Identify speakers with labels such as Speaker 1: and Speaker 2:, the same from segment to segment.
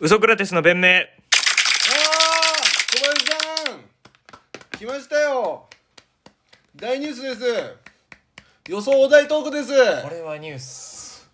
Speaker 1: ウソクラテスの弁明
Speaker 2: あー小林さん来ましたよ大ニュースです予想お題トークです
Speaker 3: これはニュース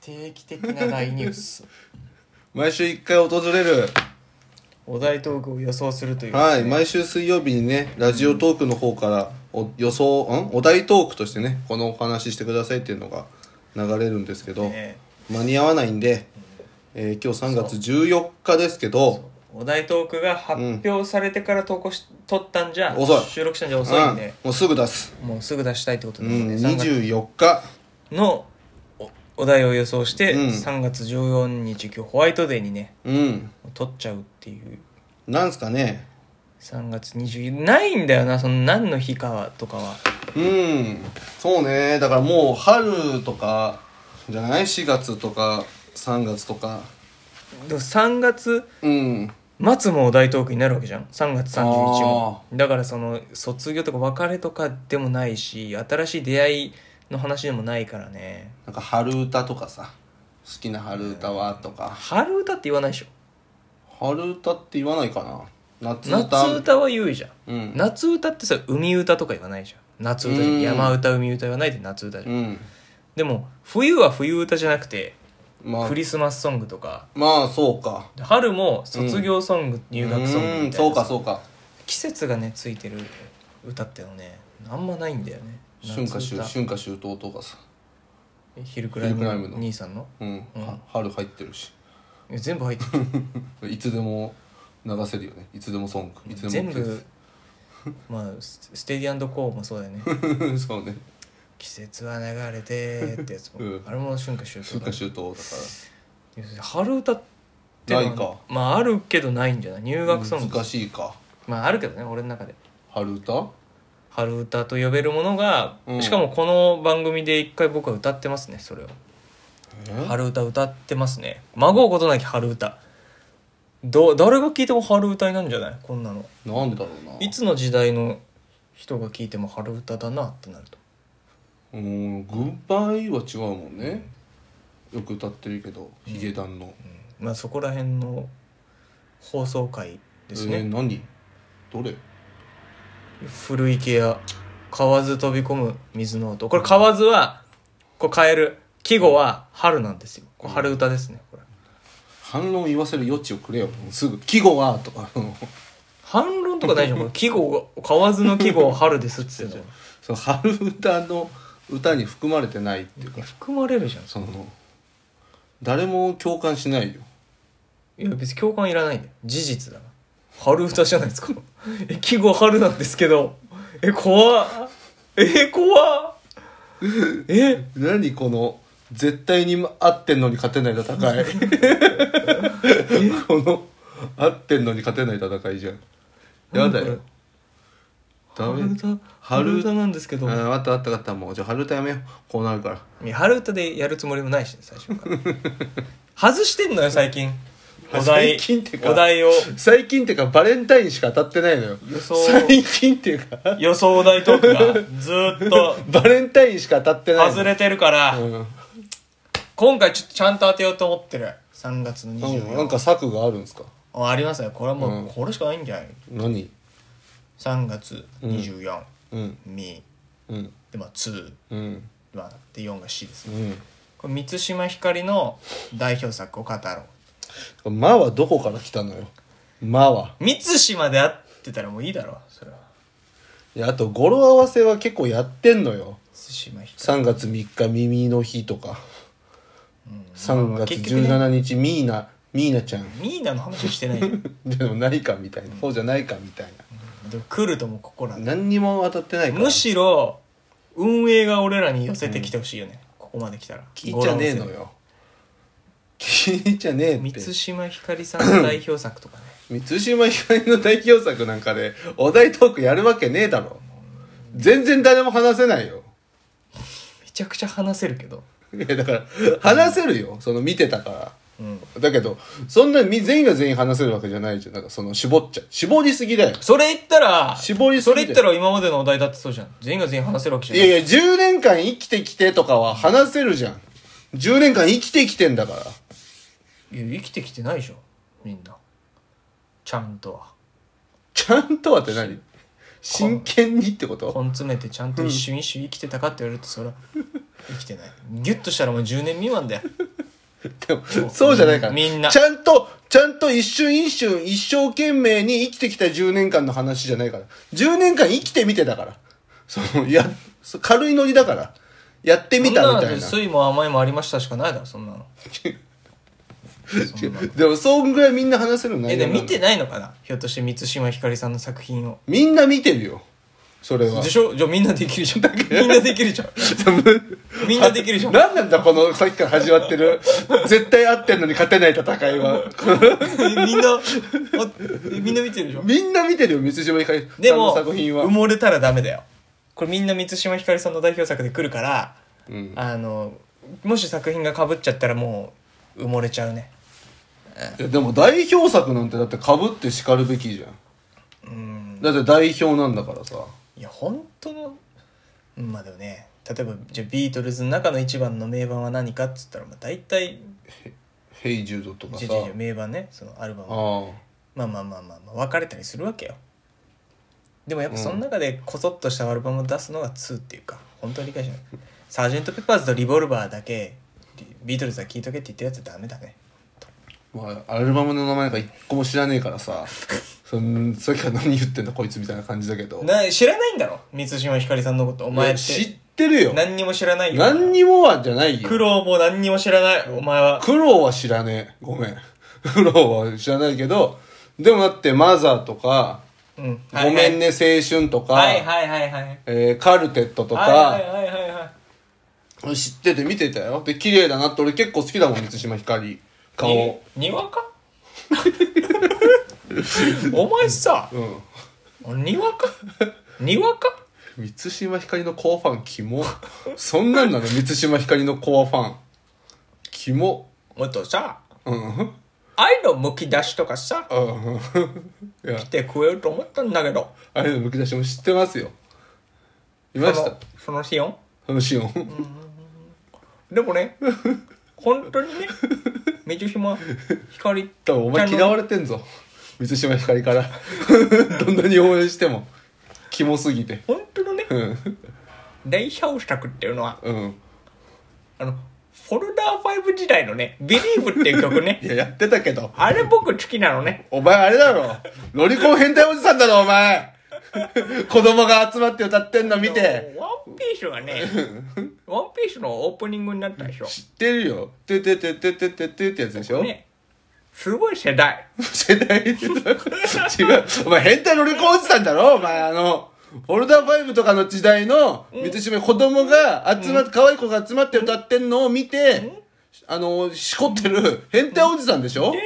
Speaker 3: 定期的な大ニュース
Speaker 2: 毎週1回訪れる
Speaker 3: お題トークを予想するという
Speaker 2: はい毎週水曜日にねラジオトークの方からお予想んお題トークとしてねこのお話ししてくださいっていうのが流れるんですけど、
Speaker 3: ね
Speaker 2: 間に合わないんで、えー今日3月14日ですけど
Speaker 3: お題トークが発表されてから投稿し、撮ったんじゃ
Speaker 2: 遅い
Speaker 3: 収録したんじゃ遅いんで、
Speaker 2: うんもうすぐ出す、
Speaker 3: もうすぐ出したいってこと
Speaker 2: う
Speaker 3: ですね、
Speaker 2: ん、
Speaker 3: 3月
Speaker 2: 24日
Speaker 3: のおお題を予想して、
Speaker 2: うん
Speaker 3: 3月14日今日ホワイトデーにね
Speaker 2: うん
Speaker 3: 撮っちゃうっていう
Speaker 2: なんすかね
Speaker 3: 3月20ないんだよなその何の日かはとかは
Speaker 2: うんそうねだからもう春とかじゃない4月とか3月とか
Speaker 3: でも3月
Speaker 2: うん
Speaker 3: 末もお題トークになるわけじゃん3月31日も
Speaker 2: あ
Speaker 3: だからその卒業とか別れとかでもないし新しい出会いの話でもないからね
Speaker 2: なんか春歌とかさ好きな春歌はとか
Speaker 3: 春歌って言わないでしょ
Speaker 2: 春歌って言わないかな夏歌
Speaker 3: 夏歌は言うじゃん、
Speaker 2: うん
Speaker 3: 夏歌ってさ海歌とか言わないじゃん夏歌じゃん
Speaker 2: うん
Speaker 3: 山歌海歌言わないで夏歌じゃん、
Speaker 2: うん
Speaker 3: でも冬は冬歌じゃなくて
Speaker 2: まあ
Speaker 3: クリスマスソングとか
Speaker 2: まあそうか
Speaker 3: で春も卒業ソング、入学ソングみたい
Speaker 2: うん
Speaker 3: な
Speaker 2: そうかそうか
Speaker 3: 季節がねついてる歌ってのねあんまないんだよね
Speaker 2: 春夏秋
Speaker 3: 夏歌
Speaker 2: 春夏秋冬とかさ
Speaker 3: ヒルクライム
Speaker 2: ヒルクライムの
Speaker 3: 兄さんの
Speaker 2: うん、
Speaker 3: うん
Speaker 2: は春入ってるし
Speaker 3: いや全部入って る
Speaker 2: いつでも流せるよねいつでもソングいつでも
Speaker 3: 全部まあスステディアンドコーもそうだよ ね
Speaker 2: そうね
Speaker 3: 季節は流れてってやつも、
Speaker 2: うん
Speaker 3: あれも春夏秋
Speaker 2: 春
Speaker 3: 冬
Speaker 2: 夏
Speaker 3: だ
Speaker 2: 秋冬だから
Speaker 3: 春歌ってのは
Speaker 2: ないか
Speaker 3: まああるけどないんじゃない入学ソング
Speaker 2: 難しいか
Speaker 3: まああるけどね俺の中で
Speaker 2: 春歌
Speaker 3: 春歌と呼べるものが、
Speaker 2: うん
Speaker 3: しかもこの番組で一回僕は歌ってますねそれを
Speaker 2: え
Speaker 3: 春歌歌ってますね孫うことなき春歌ど誰が聴いても春歌になるんじゃないこんなの
Speaker 2: なんでだろうない
Speaker 3: つの時代の人が聴いても春歌だなってなると
Speaker 2: うんグッバイは違うもんねよく歌ってるけどヒゲダンの
Speaker 3: まあそこら辺の放送回ですね、
Speaker 2: えー何どれ
Speaker 3: 古池や河津飛び込む水の音これ河津はこう変える季語は春なんですよこれ春歌ですねこれ
Speaker 2: 反論言わせる余地をくれよすぐ季語はとか
Speaker 3: 反論とかないじゃんこれ季語が河津の季語は春ですっつってんの
Speaker 2: その春歌の歌に含まれてないっていうか
Speaker 3: 含まれるじゃん
Speaker 2: その誰も共感しないよ
Speaker 3: いや別に共感いらないんだよ事実だな春歌じゃないですか え季語春なんですけどえ怖っえ怖っえ
Speaker 2: 何この絶対に合ってんのに勝てない戦 いこの合ってんのに勝てない戦いじゃんやだよダメ
Speaker 3: 春歌
Speaker 2: 春
Speaker 3: 春歌なんですけど、
Speaker 2: うん、あったあったあったもうじゃあ春歌やめようこうなるから
Speaker 3: いや春歌でやるつもりもないし、ね、最 初から外してんのよ最近お
Speaker 2: 最
Speaker 3: 題
Speaker 2: 近ってか
Speaker 3: お題を
Speaker 2: 最近っていうかバレンタインしか当たってないのよ
Speaker 3: 予想
Speaker 2: 最近っていうか
Speaker 3: 予想お題トークがずー っと
Speaker 2: バレンタインしか当たってないの
Speaker 3: 外れてるから、
Speaker 2: うん
Speaker 3: 今回ちょっとちゃんと当てようと思ってる3月の
Speaker 2: なん
Speaker 3: 24
Speaker 2: か
Speaker 3: 日
Speaker 2: なんか策があるんですか
Speaker 3: あありますねこれはもう、
Speaker 2: うん
Speaker 3: これしかないんじゃない
Speaker 2: 何
Speaker 3: 3月24、
Speaker 2: うん
Speaker 3: ミ
Speaker 2: うん
Speaker 3: でまあ2、
Speaker 2: うん
Speaker 3: まあ、で4が C です
Speaker 2: う
Speaker 3: ね
Speaker 2: ん
Speaker 3: これ満島ひかりの代表作を語ろう
Speaker 2: 「ま」はどこから来たのよ「ま」は
Speaker 3: 満島で会ってたらもういいだろそれはい
Speaker 2: やあと語呂合わせは結構やってんのよ
Speaker 3: 満島ひか
Speaker 2: 3月3日耳の日とか3月
Speaker 3: 結局ね
Speaker 2: 17日ミーナミーナちゃん
Speaker 3: りミーナの話してないじゃん
Speaker 2: でもないかみたいなそうじゃないかみたい
Speaker 3: でも来るともここら
Speaker 2: な何にも当たってないから
Speaker 3: むしろ運営が俺らに寄せてきてほしいよね、ここまで来たら
Speaker 2: 聞いちゃねえのよ聞いちゃねえっ
Speaker 3: 満
Speaker 2: て
Speaker 3: 島ひかりさん の代表作とかね
Speaker 2: 満島ひかりの代表作なんかでお題トークやるわけねえだろ全然誰も話せないよ
Speaker 3: めちゃくちゃ話せるけど
Speaker 2: いやだから話せるよその見てたから
Speaker 3: うん
Speaker 2: だけどそんなみ全員が全員話せるわけじゃないじゃんなんかその絞っちゃう絞りすぎだよ
Speaker 3: それ言ったら
Speaker 2: 絞りすぎ
Speaker 3: そ
Speaker 2: だ
Speaker 3: れ
Speaker 2: よ
Speaker 3: 言ったら今までのお題だってそうじゃん全員が全員話せるわけじゃ
Speaker 2: い
Speaker 3: ない
Speaker 2: やいや10年間生きてきてとかは話せるじゃん10年間生きてきてんだから
Speaker 3: いや生きてきてないでしょみんなちゃんとは
Speaker 2: ちゃんとはって何真剣にってこと
Speaker 3: 根詰めてちゃんと一瞬一瞬生きてたかって言われるとそれは生きてないギュッとしたらもう10年未満だよ
Speaker 2: でもそうじゃないから
Speaker 3: みんな
Speaker 2: ちゃんとちゃんと一瞬一瞬一生懸命に生きてきた10年間の話じゃないから10年間生きてみてだからそのやそ軽いノリだからやってみたみたいな
Speaker 3: そんなの酸いも甘いもありましたしかないだろそんなの
Speaker 2: 違う でもそんぐらいみんな話せる内
Speaker 3: え
Speaker 2: 容な
Speaker 3: で
Speaker 2: の
Speaker 3: も見てないのかなひょっとして満島ひかりさんの作品を
Speaker 2: みんな見てるよそれは
Speaker 3: でしょじゃあみんなできるじゃんみんなできるじゃん みんなできるじゃん
Speaker 2: 何なんだこのさっきから始まってる絶対合ってんのに勝てない戦いは
Speaker 3: みんなあえみんな見てるでしょ
Speaker 2: みんな見てるよ満島ひかりさん
Speaker 3: で
Speaker 2: の
Speaker 3: も
Speaker 2: 作品は
Speaker 3: 埋もれたらダメだよこれみんな満島ひかりさんの代表作で来るから、
Speaker 2: うん
Speaker 3: あのもし作品がかぶっちゃったらもう埋もれちゃうね
Speaker 2: いやでも代表作なんてだってかぶってしかるべきじゃんだって代表なんだからさ
Speaker 3: いや本当のうんまあでもね例えばじゃあビートルズの中の一番の名盤は何かっつったらまあ大体
Speaker 2: 「ヘイジュード」とか
Speaker 3: じ
Speaker 2: さ
Speaker 3: ゃじゃじゃ名盤ねそのアルバム
Speaker 2: あ
Speaker 3: まあまあまあまあ、まあ、分かれたりするわけよでもやっぱその中でこそっとしたアルバムを出すのが2っていうか本当は理解しないサージェント・ペッパーズとリボルバーだけビビートルズは聴いとけって言ってるやつはダメだね
Speaker 2: あ、まあ、アルバムの名前なんか一個も知らねえからさそんさっきから何言ってんだこいつみたいな感じだけど
Speaker 3: な知らないんだろ満島ひかりさんのことお
Speaker 2: い
Speaker 3: 前っ
Speaker 2: や知っててるよ
Speaker 3: 何にも知らないよ
Speaker 2: 何にもはじゃないよ
Speaker 3: 苦労も何にも知らないお前は
Speaker 2: 苦労は知らねえごめん 苦労は知らないけどでもだってマザーとか
Speaker 3: うん
Speaker 2: 「ごめんね青春」とか、
Speaker 3: はいはいはいはいはい
Speaker 2: えーカルテットとか、
Speaker 3: はいはいはいはい
Speaker 2: 知ってて見てたよで綺麗だなって俺結構好きだもん満島ひかり顔
Speaker 3: に にわかお前さ
Speaker 2: うん
Speaker 3: にわかにわか
Speaker 2: 満島ひかりのコアファンキモ そんなんなの満島ひかりのコアファンキモ
Speaker 3: もっとさ
Speaker 2: うんうん
Speaker 3: 愛のむき出しとかさ
Speaker 2: いや
Speaker 3: 来て食えると思ったんだけど
Speaker 2: あれのむき出しも知ってますよいまし
Speaker 3: そ
Speaker 2: た
Speaker 3: のそのシオン
Speaker 2: そのシオン
Speaker 3: でもね本当にね満島ひかり
Speaker 2: 多分お前嫌わ
Speaker 3: れ
Speaker 2: れてんぞ満島ひかりから どんなに応援してもキモすぎて
Speaker 3: 本当のね
Speaker 2: うん
Speaker 3: 大表作っていうのは
Speaker 2: うん
Speaker 3: あのフォルダー5時代のね「ビリーブっていう曲
Speaker 2: い
Speaker 3: ね
Speaker 2: ややってたけど
Speaker 3: あれ僕好きなのね
Speaker 2: お前あれだろロリコン変態おじさんだろお 前子供が集まって歌ってんの見て
Speaker 3: ワンピースがね、ワンピースのオープニングになったでしょ。
Speaker 2: 知ってるよ「ててててててて」ってやつでしょ、
Speaker 3: ね。すごい世代。
Speaker 2: 世代で違うお前変態ロリコンおじさんだろお前あのフォルダー5とかの時代の見てしまい子供が集まって、可愛い子が集まって歌ってんのを見て、あのしこってる変態おじさんでしょ、
Speaker 3: 全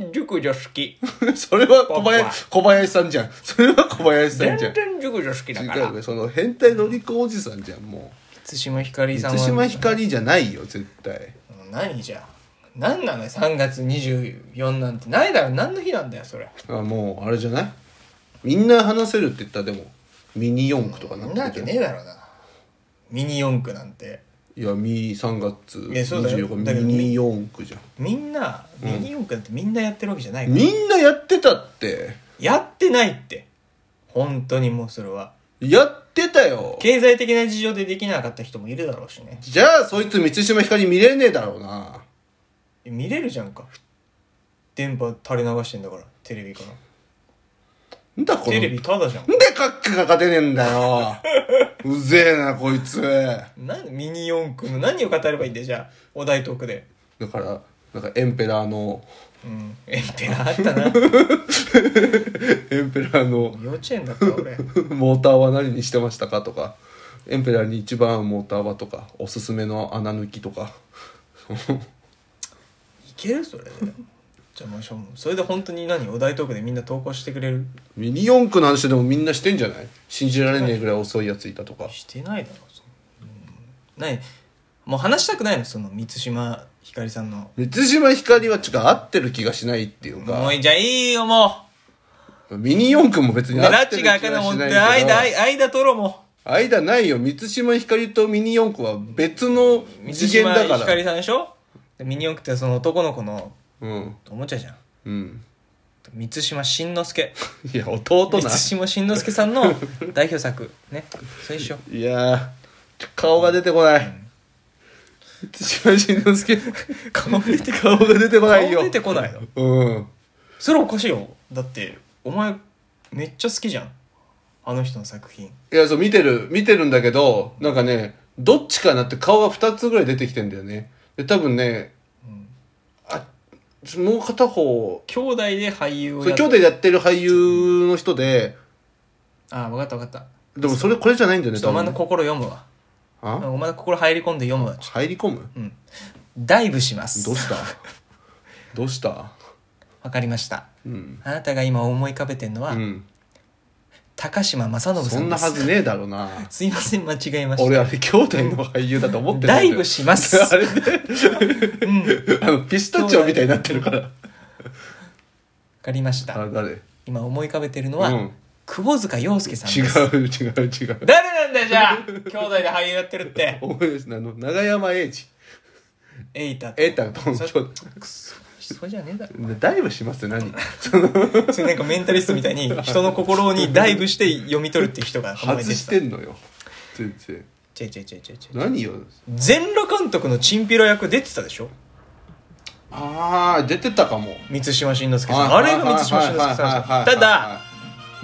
Speaker 3: 然熟女好き。
Speaker 2: それは小
Speaker 3: パパ
Speaker 2: 林小林さんじゃんそれは小林さん
Speaker 3: 全
Speaker 2: じゃん
Speaker 3: 然熟女好きだか
Speaker 2: 違
Speaker 3: ら
Speaker 2: う。よその変態ロリコンおじさんじゃんもう
Speaker 3: 津島ひかりさんは。
Speaker 2: 満島ひかりじゃないよ絶対
Speaker 3: 何じゃ。何なのよ、3月24なんて。ないだろ、何の日なんだよ、それ。
Speaker 2: あもうあれじゃないみんな話せるって言ったらでもミニ四駆とかな
Speaker 3: なんんなわ
Speaker 2: だ
Speaker 3: け
Speaker 2: け
Speaker 3: ねえだろうな。ミニ四駆なんて。
Speaker 2: いやみ3月
Speaker 3: やそうだよ
Speaker 2: 24
Speaker 3: だ
Speaker 2: 日
Speaker 3: けど
Speaker 2: ミニ四駆じゃん
Speaker 3: みんな、ミニ四駆なんてみんなやってるわけじゃないから。
Speaker 2: みんなやってたって
Speaker 3: やってないって。本当にもうそれは。
Speaker 2: やってたよ
Speaker 3: 経済的な事情でできなかった人もいるだろうしね
Speaker 2: じゃあそいつ満島ひかり見れねえだろうな
Speaker 3: 見れるじゃんか電波垂れ流してんだからテレビから
Speaker 2: んだこの
Speaker 3: テ
Speaker 2: ん
Speaker 3: レ
Speaker 2: で
Speaker 3: ビただじゃん
Speaker 2: カッカが勝てねえんだよ うぜえなこいつだ
Speaker 3: 何ミニ四駆の何を語ればいいんだよじゃあお題トークで
Speaker 2: からなんかエンペラーの
Speaker 3: うんエンペラーあったな
Speaker 2: エンペラーの
Speaker 3: 幼稚園だったわ俺
Speaker 2: モーターは何にしてましたかとかエンペラーに一番合うモーターはとかおすすめの穴抜きとか
Speaker 3: いけるそれでじゃあもうしょそれで本当に何お題トークでみんな投稿してくれる
Speaker 2: ミニ四駆の話でもみんなしてんじゃない信じられねえぐらい遅いやついたとか
Speaker 3: してないだろそんなうんないもう話したくないのその満島ひかりさんの
Speaker 2: 満島ひかりはちょっと合ってる気がしないっていう
Speaker 3: も
Speaker 2: か
Speaker 3: うじゃあいいよもう
Speaker 2: ミニ四駆も別に合
Speaker 3: でラ
Speaker 2: っ
Speaker 3: ッ
Speaker 2: てる
Speaker 3: チ
Speaker 2: 気
Speaker 3: が
Speaker 2: が
Speaker 3: 開
Speaker 2: しない
Speaker 3: かないもんって
Speaker 2: けど
Speaker 3: 間間間取ろうも
Speaker 2: 間ないよ満島ひかりとミニ四駆は別の
Speaker 3: う
Speaker 2: 次元だ
Speaker 3: 満島
Speaker 2: か
Speaker 3: ひかり
Speaker 2: ら
Speaker 3: さんでしょでミニ四駆ってその男の子の
Speaker 2: うん
Speaker 3: おもちゃじゃん
Speaker 2: うん。
Speaker 3: 満島真之介
Speaker 2: いや、弟
Speaker 3: 満
Speaker 2: な。
Speaker 3: 島真之介さんの 代表作ねそれにしよう
Speaker 2: いやー、顔が出てこない。満島真之介。
Speaker 3: 顔出て
Speaker 2: 顔が出てこないよ。
Speaker 3: 顔出てこないの
Speaker 2: うん。
Speaker 3: それおかしいよだってお前めっちゃ好きじゃんあの人の作品
Speaker 2: いや、そう、見てる、見てるんだけど、なんかね、どっちかなって顔が2つぐらい出てきてんだよね。で、多分ね、あ、もう片方、
Speaker 3: 兄弟で俳優を
Speaker 2: そ
Speaker 3: や
Speaker 2: れ兄弟でやってる俳優の人で、
Speaker 3: ああ分かった分かった
Speaker 2: でもそれこれじゃないんだよ
Speaker 3: ち
Speaker 2: ね、
Speaker 3: ょっと
Speaker 2: 多
Speaker 3: お前
Speaker 2: 分
Speaker 3: の
Speaker 2: ね。
Speaker 3: 心読むわ
Speaker 2: あ
Speaker 3: お前の心入り込んで読むわちょ
Speaker 2: 入り込む
Speaker 3: うんダイブします
Speaker 2: どうしたどうした
Speaker 3: わかりました
Speaker 2: うん。
Speaker 3: あなたが今思い浮かべてるのは、
Speaker 2: うん。
Speaker 3: 高島正信さんです
Speaker 2: そんなはずねえだろうな。
Speaker 3: すいません間違えまし
Speaker 2: 俺あれ兄弟の俳優だと思ってた
Speaker 3: た
Speaker 2: ん
Speaker 3: ダ
Speaker 2: だよ
Speaker 3: イブ します、
Speaker 2: あれね、
Speaker 3: うん、わ
Speaker 2: あの、ピスタチオみたいになってるから。
Speaker 3: かりまし
Speaker 2: あ
Speaker 3: た
Speaker 2: れ誰違う
Speaker 3: 今思い浮かべてるのは、
Speaker 2: うん
Speaker 3: 久保塚洋介さんです
Speaker 2: 違う違う。
Speaker 3: 誰なんだよじゃあ兄弟で俳優やってるって
Speaker 2: 思い出すあの長山英二
Speaker 3: エイタと
Speaker 2: 瑛太と
Speaker 3: それ
Speaker 2: そう
Speaker 3: くそそうじゃねえだろ
Speaker 2: ダイブしますよ何
Speaker 3: それなんかメンタリストみたいに人の心にダイブして読み取るっていう人が
Speaker 2: 外
Speaker 3: 出
Speaker 2: し
Speaker 3: 違
Speaker 2: て
Speaker 3: うん
Speaker 2: のよ全然
Speaker 3: 違う違う違う違う
Speaker 2: 何よ
Speaker 3: 全裸監督のチンピラ役出てたでしょ
Speaker 2: ああ出てたかも
Speaker 3: 満島真之介さんあれが満島真之介さんですよただ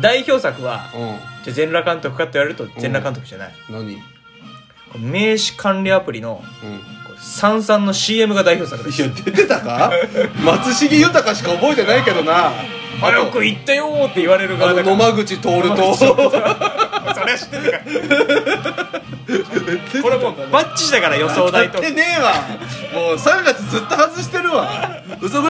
Speaker 3: 代表作は
Speaker 2: う
Speaker 3: じゃあ全裸監督かって言われると全裸監督じゃない、
Speaker 2: ん何うん
Speaker 3: 名刺管理アプリのこうサンサンの CM が代表作で
Speaker 2: い
Speaker 3: す
Speaker 2: や出てたか松重豊しか覚えてないけどなあ
Speaker 3: 早く行ってよーって言われる
Speaker 2: とあの
Speaker 3: 側だから
Speaker 2: 野間口徹と
Speaker 3: それは知ってるから これもうバッチしたから予想
Speaker 2: 当た
Speaker 3: 台
Speaker 2: っ
Speaker 3: と
Speaker 2: てねえわもう3月ずっと外してるわ嘘